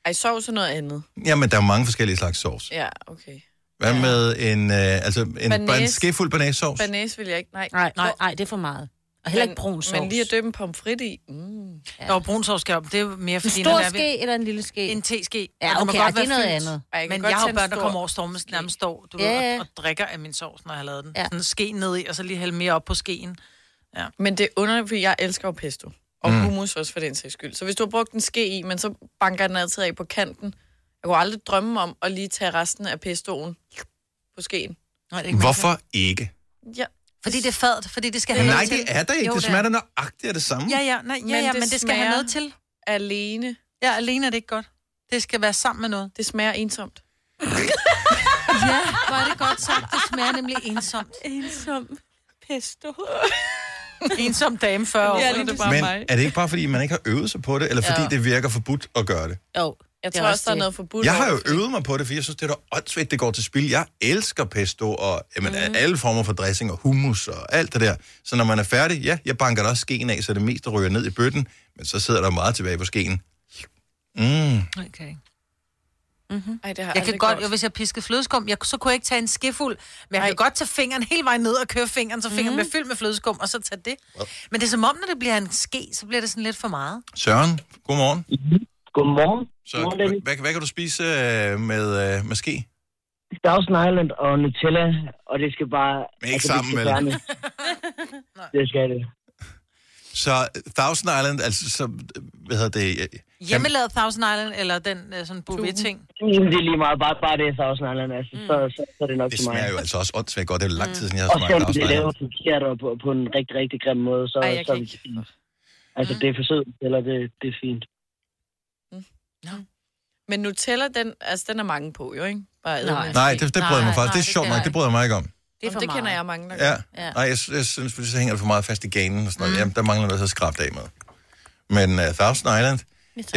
Ej, sovs er noget andet. Jamen, der er jo mange forskellige slags sauce. Ja, okay. Hvad med en, øh, altså en, bare en Banæs. skefuld banæssauce? Banæs vil jeg ikke, nej. Nej, nej, nej, det er for meget. Og heller ikke brun sovs. Men lige at døbe en pomfrit i. Mm. Ja. Og brun sovs skal op, det er jo mere En fordi... når stor det er ved- ske eller en lille ske? En teske. Ja, Og okay, den må og godt det er være noget fyldt. andet. Ej, jeg kan Men godt jeg har tage jo en børn, der stor kommer over stormen, nærmest står du Ja, ved, ja. og, og drikker af min sovs, når jeg har lavet den. Ja. Ja. Sådan ske ned i, og så lige hælde mere op på skeen. Ja. Men det er underligt, fordi jeg elsker jo pesto. Og Mm. mm. hummus også for den sags skyld. Så hvis du har brugt en ske i, men så banker den altid af på kanten. Jeg kunne aldrig drømme om at lige tage resten af pestoen på skeen. Nej, det Hvorfor ikke? Ja. Fordi det er fadt, fordi det skal have Nej, noget det til. er der ikke. Jo, Det smager da nøjagtigt af det samme. Ja, ja, nej, ja, ja, men det skal have smager noget til. Alene. Ja, alene er det ikke godt. Det skal være sammen med noget. Det smager ensomt. ja, hvor er det godt sagt. Det smager nemlig ensomt. Ensom pesto. ensom dame 40 år. Ja, lige det Men er det ikke bare, fordi man ikke har øvet sig på det, eller fordi Ja. det virker forbudt at gøre det? Jo, jeg det er tror også, også der er det. noget forbudt. Jeg har over jo øvet mig på det, for jeg synes, det er da åndssvagt, det går til spil. Jeg elsker pesto og jamen, mm. alle former for dressing og hummus og alt det der. Så når man er færdig, ja, jeg banker da også skeen af, så det meste ryger ned i bøtten, men så sidder der meget tilbage på skeen. Mm. Okay. Mm-hmm. Ej, det har Mhm. Jeg kan godt, jo, hvis jeg piskede flødeskum, jeg, så kunne jeg ikke tage en skefuld, men jeg kan godt tage fingeren hele vejen ned og køre fingeren, så fingeren Mhm. mm. bliver fyldt med flødeskum, og så tage det. Men det er som om, når det bliver en ske, så bliver det sådan lidt for meget. Søren, godmorgen. Godmorgen. Så hvad, hvad, hvad kan du spise øh, med, øh, med ske? Thousand Island og Nutella, og det skal bare... altså, Men ikke sammen, det vel? skal gerne. det skal det. Så Thousand Island, altså så, øh, hvad hedder det? øh, Hjemmelavet Thousand Island, eller den øh, sådan bouvet-ting. Jamen, det er lige meget. Bare, bare det Thousand Island, altså, Mm. så, så, så er det nok Det til mig. smager jo altså også åndssvagt godt. Det er jo Mm. lang tid siden, jeg Og har smagt selvom Thousand det er Island. lavet forkert og på, på en rigtig, rigtig grim måde, så... Ej, jeg så kan Altså, det er for sødt, eller det, det er fint. Men Nutella, den, altså, den er mange på jo, ikke? Bare ædelmælk. Nej, det, det bryder jeg mig faktisk. Det er sjovt skal nok, jeg det bryder jeg mig ikke om. Det, er for det kender jeg mange, der Ja. gør. ja. Nej, jeg, jeg synes, fordi så hænger det for meget fast i ganen og sådan noget. Mm. Jamen, der mangler noget så skrabt af med. Men uh, Thousand Island,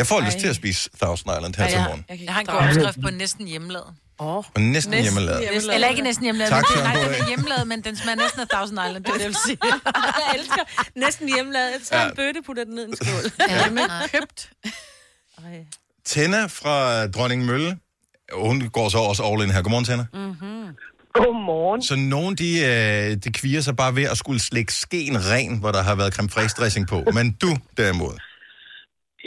jeg får lyst til at spise Thousand Island her Ja, til morgen. Jeg, jeg har en god opskrift på næsten hjemmelavet. Oh. Og næsten, næsten hjemmelavet. Næsten, eller ikke næsten hjemmelavet. Tak, men- Søren Nej, den Brohage. er hjemmelavet, men den smager næsten af Thousand Island, det er det, jeg vil sige. jeg elsker næsten hjemmelavet. Jeg tager ja. en bøtte, putter den ned i en skål. Ja, men købt. Tenna fra Dronning Mølle, hun går så også all in her. Godmorgen, Tenna. Mm-hmm. Godmorgen. Så nogen, de, øh, de kvier sig bare ved at skulle slække skeen ren, hvor der har været creme fraiche dressing på. Men du, derimod,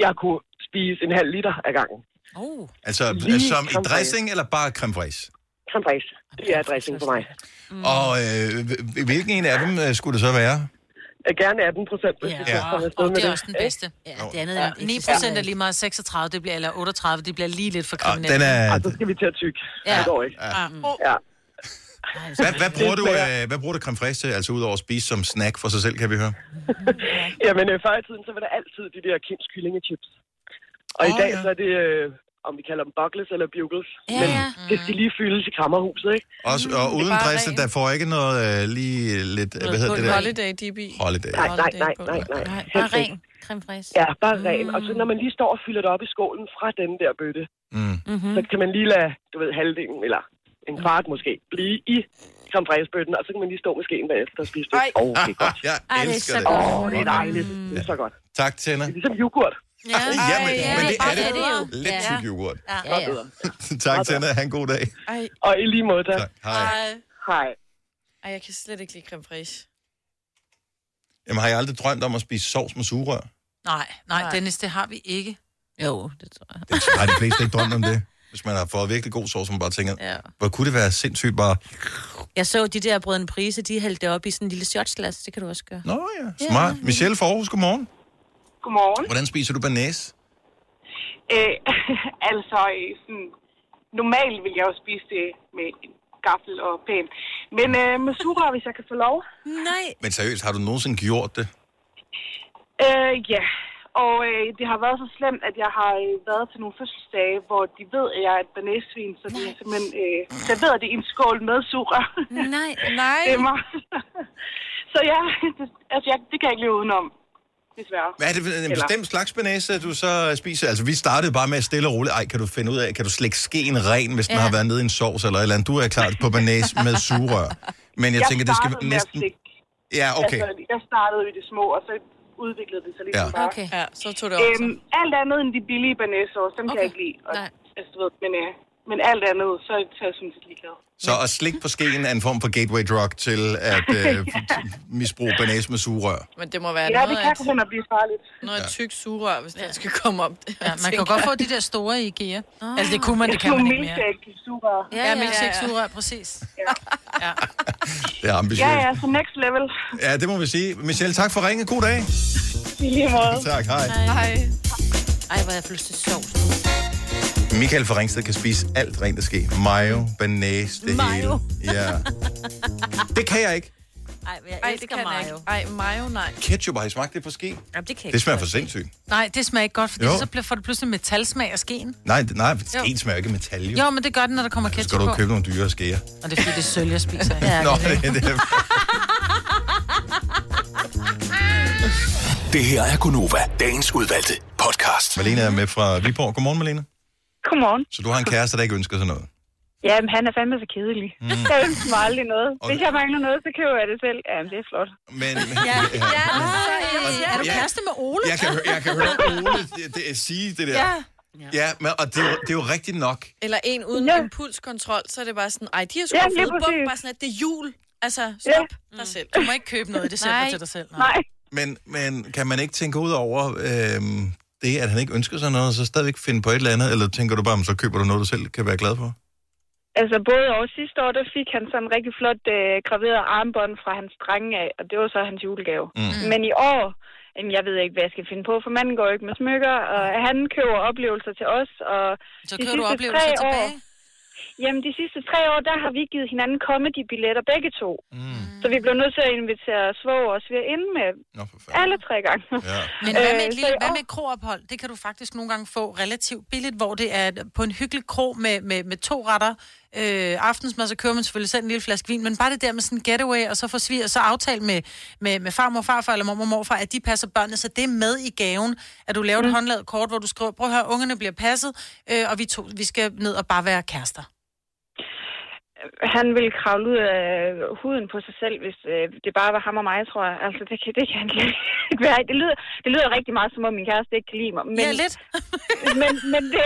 Jeg kunne spise en halv liter ad gangen. Oh. altså Lige som creme i fraiche. dressing eller bare creme fraiche? Creme fraiche. Det er dressing for mig. Mm. Og øh, h- hvilken en af dem øh, skulle det så være? Jeg gerne 18 procent, hvis Ja. vi Ja. skal komme afsted Og med det er også den ikke? bedste. Ja, det andet Ja. ja. 9 procent er lige meget 36, det bliver, eller 38, det bliver lige lidt for kriminelt. den er- Ej, så skal vi til at tykke. Ja. Det går ikke. Ja. Ja. Hvad, hvad, bruger, du, Det smager- øh, hvad bruger du creme fraiche til, altså udover at spise som snack for sig selv, kan vi høre? Jamen, øh, før i tiden, så var der altid de der Kims kyllingechips. Og i Åh, dag, ja. så er det øh, om vi kalder dem buckles eller bugles. Ja, Men ja. det skal lige fyldes i kammerhuset, ikke? Også, og uden Christian, der får ikke noget øh, lige lidt... Noget hvad hedder det der? Holiday DB. Holiday. Nej, nej, nej, nej, nej. Bare ren creme fraiche. Ja, bare mm. ren. Og så når man lige står og fylder det op i skålen fra den der bøtte, mm. Mm-hmm. Mm-hmm. så kan man lige lade, du ved, halvdelen eller en kvart måske, blive i creme fraiche-bøtten, og så kan man lige stå med skeen bagefter og spise det. Åh, oh, det er godt. Jeg Ej, elsker det. Åh, oh, det er dejligt. Det er så godt. Tak, Tænder. Det er ligesom yoghurt. Ja, men, men det er det. jo. Lidt tyk yoghurt. Ja, ja. Godt bedre. tak, Tænder. Ha' en god dag. Og i lige måde, tak. Hej. Hej. Ej, jeg kan slet ikke lide creme fraiche. Jamen, har jeg aldrig drømt om at spise sovs med sugerør? Nej, nej, nej, Dennis, det har vi ikke. Jo, det tror jeg. Det har de fleste ikke drømt om det. Hvis man har fået virkelig god sovs, man bare tænker, Ja. hvor kunne det være sindssygt bare... Jeg så de der brødende prise, de hældte det op i sådan en lille shotsglas. Det kan du også gøre. Nå ja, smart. Michelle fra Aarhus, godmorgen. Godmorgen. Hvordan spiser du banæs? Øh, altså, øh, sådan, normalt vil jeg jo spise det med en gaffel og pæn. Men øh, med sugerør, hvis jeg kan få lov. Nej. Men seriøst, har du nogensinde gjort det? Øh, ja, og øh, det har været så slemt, at jeg har øh, været til nogle fødselsdage, hvor de ved, at jeg er et banæssvin, så de har simpelthen øh, serveret det i en skål med sugerør. Nej, nej. det er mig. så ja, det, altså, jeg, det kan jeg ikke leve udenom, desværre. Hvad er det for en Eller- bestemt slags banase, du så spiser? Altså, vi startede bare med at stille og roligt. Ej, kan du finde ud af, kan du slække skeen ren, hvis den Ja. har været nede i en sovs eller et eller andet? Du er klart på banase med sugerør. Men jeg, tænker, det skal startede med at næsten... flække. Ja, okay. Altså, jeg startede jo i det små, og så udviklede det sig ligesom Ja. bare. Okay. Ja, så tog det op. Øhm, alt andet end de billige banæssauce, dem okay. kan jeg ikke lide. Og, altså, du ved, men, øh, men alt andet, så, så er jeg sådan set ligeglad. Så at slikke på skeen er en form for gateway drug til at øh, misbruge banase med sugerør. Men det må være Ja, noget det kan af gå hen og blive farligt. Noget ja. tyk surrør, hvis ja. den skal komme op. Det, Ja, man kan jo godt få de der store i IKEA. Ah. Oh. Altså, det kunne man, det kan man ikke mere. Sugerør. Ja, ja, ja, milkshake-sugerør, præcis. Ja. Det er ja, ambitiøst. ja, så next level. Ja, det må vi sige. Michelle, tak for ringe. God dag. I lige måde. Tak, hej. Hej. Ej, hvor er jeg har lyst til sovs. Michael fra Ringsted kan spise alt rent, der sker. Mayo, banase, det Mayo. hele. Ja. Det kan jeg ikke. Ej, jeg Ej, det elsker kan jeg mayo. ikke. Ej, mayo, nej. Ketchup har I smagt det på ske? Jamen, det kan Det smager for sindssygt. Nej, det smager ikke godt, for Jo. så bliver- får du pludselig metalsmag af skeen. Nej, det- nej, Jo. skeen smager jo ikke af metal, jo. Jo, men det gør den, når der kommer Så ketchup skal på. du købe nogle dyre skeer. Og det er fordi, det er sølv, jeg spiser. Ja, Nå, det, det, det. Det her er Gunova, dagens udvalgte podcast. Malene er med fra Viborg. Godmorgen, Malene. Godmorgen. Så du har en kæreste, der ikke ønsker sig noget. Jamen, han er fandme så kedelig. Mm. Mm. Jeg ønsker mig aldrig noget. Hvis jeg mangler noget, så køber jeg det selv. Jamen, det er flot. Men, Ja, ja. Ja. Er du kæreste med Ole? Jeg kan, hø- jeg kan høre Ole det, det, sige det der. Ja. Ja, men, og det er, jo, det er jo rigtigt nok. Eller en uden ja. impulskontrol, så er det bare sådan, ej, de har sgu Ja, ja, lige fået bum, præcis. bare sådan, at det er jul. Altså, stop ja. dig selv. Du må ikke købe noget i december til dig selv. Nej. Men, men kan man ikke tænke ud over øhm, det, at han ikke ønsker sig noget, og så stadigvæk finde på et eller andet? Eller tænker du bare, "Men så køber du noget, du selv kan være glad for? Altså, både over sidste år, der fik han sådan en rigtig flot øh, graveret armbånd fra hans drenge af, og det var så hans julegave. Mm. Men i år, jamen, jeg ved ikke, hvad jeg skal finde på, for manden går jo ikke med smykker, og han køber oplevelser til os. Og Så de køber du sidste oplevelser tre tilbage? Jamen, de sidste tre år, der har vi givet hinanden comedy-billetter begge to. Mm. Så vi blev nødt til at invitere svoger og svigerinde med Nå, alle tre gange. Ja. Men hvad med Øh, et, så lille, i hvad år- med et kroophold? Det kan du faktisk nogle gange få relativt billigt, hvor det er på en hyggelig kro med, med, med to retter. Øh, aftensmad, så kører man selvfølgelig selv en lille flaske vin, men bare det der med sådan en getaway, og så får svig, og så aftale med, med, med farmor, farfar eller mormor, morfar, at de passer børnene, så det er med i gaven, at du laver et Mm. håndlavet kort, hvor du skriver, prøv at høre, ungerne bliver passet, øh, og vi, to, vi skal ned og bare være kærester. han ville kravle ud af huden på sig selv, hvis øh, det bare var ham og mig, tror jeg. Altså, det kan, det kan han ikke være. Det lyder, det lyder rigtig meget, som om min kæreste ikke kan lide mig. Men, Ja, lidt. men men det,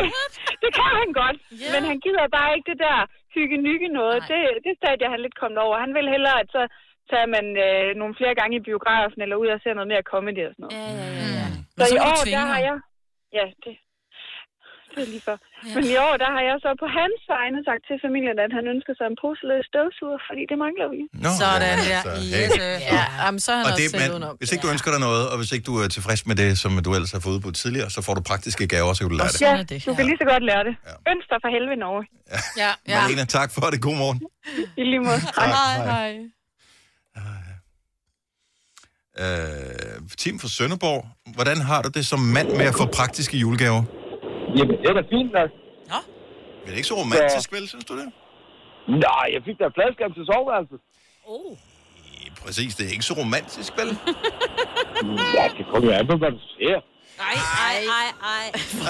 det kan han godt. Yeah. Men han gider bare ikke det der hygge-nygge noget. Det, det stadie er han lidt kommet over. Han vil hellere, at så tager man øh, nogle flere gange i biografen, eller ud og ser noget mere comedy og sådan noget. Ja, ja, ja. Så, Men så i må du år, tvinge der har ham. jeg... Ja, det, det er lige for. Ja. Men i år, der har jeg så på hans vegne sagt til familien, at han ønsker sig en poseløs støvsuger, fordi det mangler vi. Nå, Sådan ja, der. altså, Yes. øh. Ja, jamen, så er han Og også det, selv man, udenom. hvis ikke du ønsker dig noget, og hvis ikke du er tilfreds med det, som du ellers har fået på tidligere, så får du praktiske gaver, så kan du lære det. Ja, du kan lige så godt lære det. Ja. Ønsk dig for helvede Norge. Ja, Marlene, tak for det. God morgen. I lige måde. Hej. Hej. Hej. Øh, Tim fra Sønderborg, hvordan har du det som mand med at få praktiske julegaver? Jamen, det er da fint nok. Nå. Men det er ikke så romantisk, vel, synes du det? Nej, jeg fik da fladskab til soveværelset. Oh. Præcis, det er ikke så romantisk, vel? Ja, det kommer jeg an på, hvad du siger. Ej, ej, ej,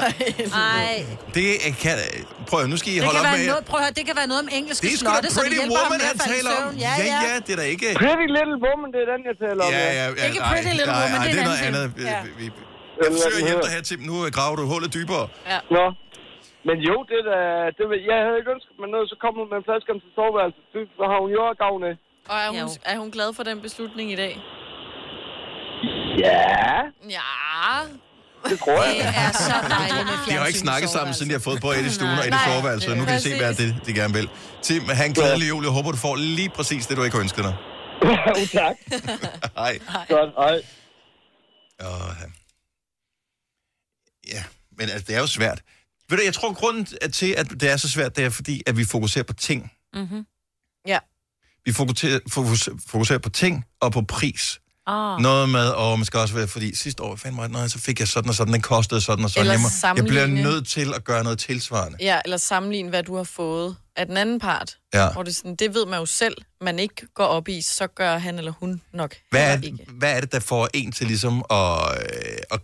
ej. Ej. Det er- kan... øh, Prøv at høre, nu skal I Det holde kan, op være med... noget, prøv at høre, det kan være noget om engelske Det er sgu da slotte, som Pretty hjælper ham Woman, med at han falde i taler om. søvn. Ja, ja. ja, det er da ikke... Pretty Little Woman, det er den, jeg taler om. Ja, ja, ja. Ikke Pretty Little nej, Woman, nej, det er det er en noget anden andet. film. Vi- Ja. vi- vi- Eller Jeg forsøger den at hjælpe hedder- dig her, Tim. Nu øh, graver du hullet dybere. Ja. Nå. Men jo, det der, det, ved- jeg havde ikke ønsket mig noget, så kom hun med en flaske om til soveværelset. Det så har hun jo også gavn af. Og er hun, er hun glad for den beslutning i dag? Ja. Ja. Det tror jeg. Det er så dejligt med De har ikke snakket sammen, siden de har fået både et i stuen og et i Nej, soveværelset. og Nu kan de se, hvad det, de gerne vil. Tim, have en glædelig jul. Jeg håber, du får lige præcis det, du ikke har ønsket dig. jo, tak. Hej. Godt, hej. Og, øh, ja, men altså, det er jo svært. Ved du, jeg tror, grunden til, at det er så svært, det er fordi, at vi fokuserer på ting. Mm-hmm. Ja. Vi fokuserer, fokus, fokuserer på ting og på pris. Oh. Noget med, og man skal også være, fordi sidste år, fandme, nej, så fik jeg sådan og sådan, den kostede sådan og sådan. Eller jeg, må, jeg bliver sammenligne. nødt til at gøre noget tilsvarende. Ja, eller sammenligne, hvad du har fået af den anden part. Ja. Hvor det, er sådan, det ved man jo selv, man ikke går op i, så gør han eller hun nok. Hvad er, hvad er det, der får en til ligesom at, øh, at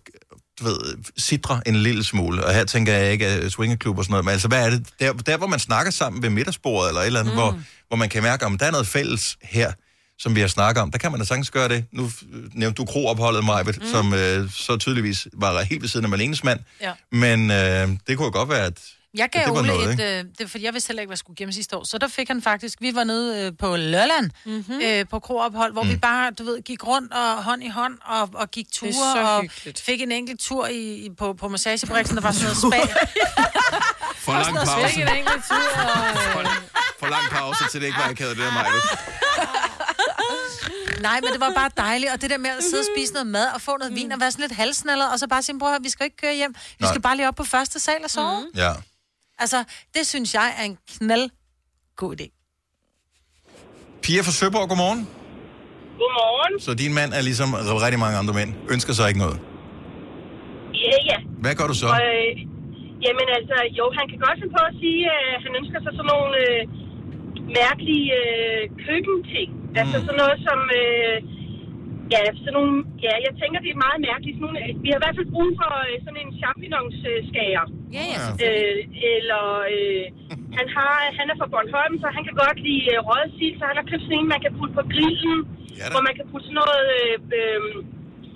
du ved, sidre en lille smule? Og her tænker jeg ikke at swingerklub og sådan noget, men altså, hvad er det, der, der hvor man snakker sammen ved middagsbordet eller et eller andet, mm. hvor, hvor man kan mærke, om der er noget fælles her, som vi har snakket om, der kan man da sagtens gøre det. Nu øh, nævnte du kroopholdet, Majbet, mm. som øh, så tydeligvis var helt ved siden af Malenes mand, Ja. men øh, det kunne jo godt være, at Jeg gav at det var Ole noget, et, ikke? øh, det, er fordi jeg vidste heller ikke, hvad jeg skulle gemme sidste år, så der fik han faktisk, vi var nede øh, på Lolland, Mhm. mm-hmm. øh, på kroophold, hvor mm. vi bare, du ved, gik rundt og hånd i hånd, og, og gik er ture, så og fik en enkelt tur i, i, på, på massagebriksen, der var sådan noget spa. For lang pause. For lang pause, til det ikke var akavet, det der, Majbet. øh, Nej, men det var bare dejligt, og det der med at sidde og spise noget mad, og få noget vin, Mm. og være sådan lidt halsnallet, og så bare sige, bror, hør, vi skal ikke køre hjem, vi Nej. skal bare lige op på første sal og sove. Mm. Ja. Altså, det synes jeg er en knald god idé. Pia fra Søborg, godmorgen. Godmorgen. Så din mand er ligesom rigtig mange andre mænd. Ønsker sig ikke noget. Ja, ja. Hvad gør du så? Og, øh, jamen altså, jo, han kan godt finde på at sige, at øh, han ønsker sig sådan nogle øh, mærkelige øh, køkkenting. Mm. Altså sådan noget som... Øh, ja, sådan nogle, ja, jeg tænker, det er meget mærkeligt. Sådan nogle, vi har i hvert fald brug for øh, sådan en champignonsskager. Ja, Ah. ja, Øh, eller... Øh, han, har, han er fra Bornholm, så han kan godt lide øh, røget sild, så han har købt sådan en, man kan putte på grillen, ja, hvor man kan putte sådan noget øh, øh,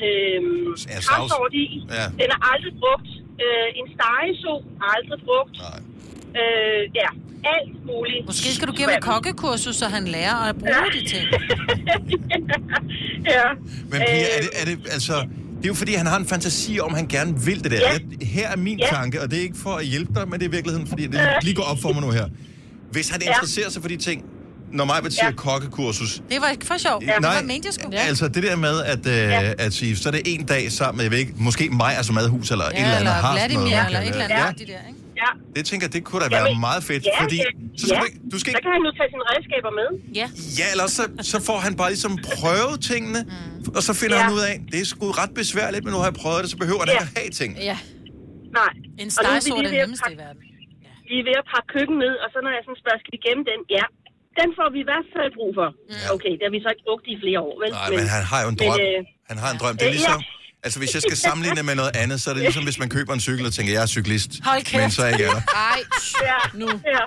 øh, Ja, ja, sovs. kransort i. Ja. Den er aldrig brugt. Øh, en stegeså, aldrig brugt. Øh, ja, alt muligt. Måske skal du give ham et kokkekursus, så han lærer at bruge de ting. ja. Men Pia, øh, er det, er det, altså, det er jo fordi, han har en fantasi om, han gerne vil det der. Ja. Jeg, her er min Ja. tanke, og det er ikke for at hjælpe dig, men det er i virkeligheden, fordi det Ja. lige går op for mig nu her. Hvis han Ja. interesserer sig for de ting, når mig vil sige Ja. kokkekursus, Det var ikke for sjov. Ja. Det var Nej. ment, jeg skulle. Altså det der med at, øh, ja. at sige, så er det en dag sammen med, jeg ved ikke, måske mig, altså madhus eller ja, et eller andet. har sådan noget, man kan lave. Ja, de der, ikke? Ja. det tænker jeg, det kunne da være meget fedt, ja, fordi ja, så skal ja. du ikke, du skal Så kan han jo tage sine redskaber med. Ja. Ja, eller så, så får han bare ligesom prøvet tingene, mm. og så finder ja. Ja. han ud af, det er sgu ret besværligt, men nu har jeg prøvet det, så behøver han Ja. ikke at have ting. Ja. Nej. En Og nu stegeså vi lige er det ved at nemmeste i pakke- verden. Vi er ved at pakke køkken ned, og så når jeg sådan spørger, skal vi gemme den? Ja, den får vi i hvert fald brug for. Mm. Okay, det har vi så ikke brugt i flere år, vel? Nej, men han har jo en drøm. Men, øh, Han har en drøm. Det er Øh, ja. ligesom, altså hvis jeg skal sammenligne det med noget andet, så er det ligesom, hvis man køber en cykel og tænker, jeg er cyklist, Hold kæft. men så er jeg ikke er der. Ej, ja, nu. Ja.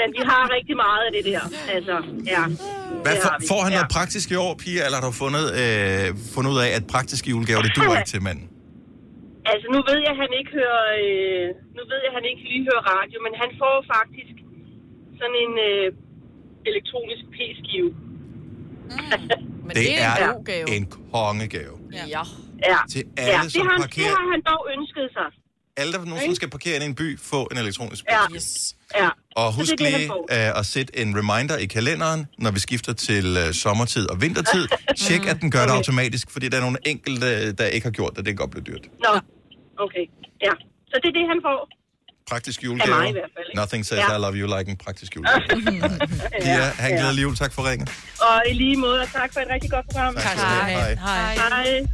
Men vi har rigtig meget af det der. Altså, ja. Hvad det for, har vi. får han noget praktisk i år, Pia, eller har du fundet, øh, fundet ud af, at praktiske julegaver, det duer ikke til manden? Altså, nu ved jeg, at han ikke hører, øh, nu ved jeg, at han ikke lige hører radio, men han får faktisk sådan en øh, elektronisk p-skive. Mm. Men det, er, en kongegave. Ja. ja. Til alle, ja. som det, har han, det parkerer- har han dog ønsket sig. Alle, der nogensinde skal parkere ind i en by, få en elektronisk Ja. ja. Og Så husk det er det, han lige får. øh, at sætte en reminder i kalenderen, når vi skifter til øh, sommertid og vintertid. Tjek, at den gør det automatisk, fordi der er nogle enkelte, der ikke har gjort det. Det kan godt blive dyrt. Nå, okay. Ja. Så det er det, han får. Praktisk julegave. Af mig i hvert fald, ikke? Nothing says Ja. I love you like en praktisk julegave. Pia, have en ja. glædelig jul. Tak for ringen. Og i lige måde, og tak for et rigtig godt program. Tak skal du have. Hej. Hej. Hej.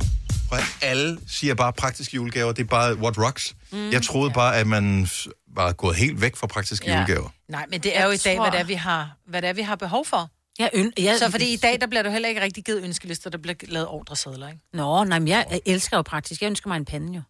Prøv, at- alle siger bare praktiske julegaver, det er bare what rocks. Mm, jeg troede ja. bare, at man s- var gået helt væk fra praktiske ja. julegaver. Nej, men det er jo i Jeg dag, tror- hvad det er, vi har, hvad det er, vi har behov for. Ja, øn- ja. Så fordi i dag, der bliver du heller ikke rigtig givet ønskelister, der bliver lavet ordresedler, ikke? Nå, nej, men jeg elsker jo praktisk. Jeg ønsker mig en pande jo.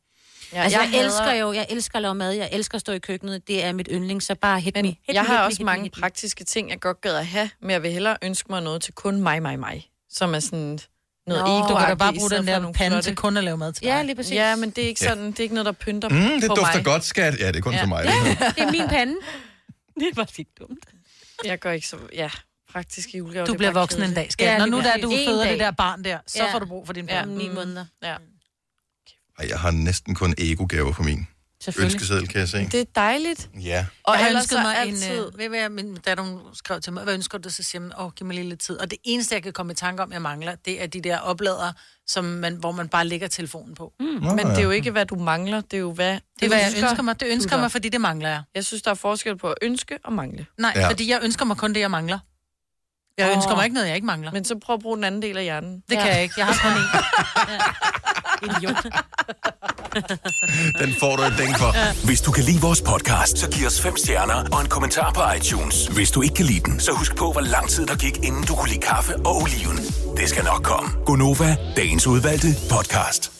Ja, altså, jeg, jeg hader- elsker jo, jeg elsker at lave mad, jeg elsker at stå i køkkenet, det er mit yndling, så bare hit me. Hit Jeg me, har hit også me, hit me, mange hit me. praktiske ting, jeg godt gad at have, men jeg vil hellere ønske mig noget til kun mig, mig, mig. Som er sådan noget Nå, ego du kan da bare bruge den der pande til kun at lave mad til Ja, lige præcis. Ja, men det er ikke Ja. sådan, det er ikke noget, der pynter Mm, det på dufter mig. godt, skat. Ja, det er kun ja. for mig. det her. Det er min pande. Det var lidt dumt. Jeg går ikke så... Ja, praktisk julegave. Du det er bliver bare voksen en kedeligt. dag, skat. Når lige nu, der er du præcis. føder En det dag. der barn der, så får du brug for din Ja, pande. ni Mm. måneder. Ja. Ej, jeg har næsten kun ego-gaver på min Selvfølgelig. ønskeseddel, kan jeg se. Det er dejligt. Ja. Og jeg ellers ønskede så mig altid... en... altid- Øh, ved I hvad, jeg- min datter hun skrev til mig, hvad ønsker du dig? Så siger man, åh, giv mig lige lidt tid. Og det eneste, jeg kan komme i tanke om, jeg mangler, det er de der oplader, som man, hvor man bare lægger telefonen på. Mm. Nå, Men det er jo ikke, hvad du mangler, det er jo, hvad... Det er, hvad jeg ønsker mig. Det ønsker mig, fordi det mangler jeg. Jeg synes, der er forskel på at ønske og mangle. Nej, ja. fordi jeg ønsker mig kun det, jeg mangler. Jeg Åh. ønsker mig ikke noget, jeg ikke mangler. Men så prøv at bruge den anden del af hjernen. Det kan jeg ikke. Jeg har kun én. Den får du et ding for. Hvis du kan lide vores podcast, så giv os fem stjerner og en kommentar på iTunes. Hvis du ikke kan lide den, så husk på, hvor lang tid der gik, inden du kunne lide kaffe og oliven. Det skal nok komme. Gonova, dagens udvalgte podcast.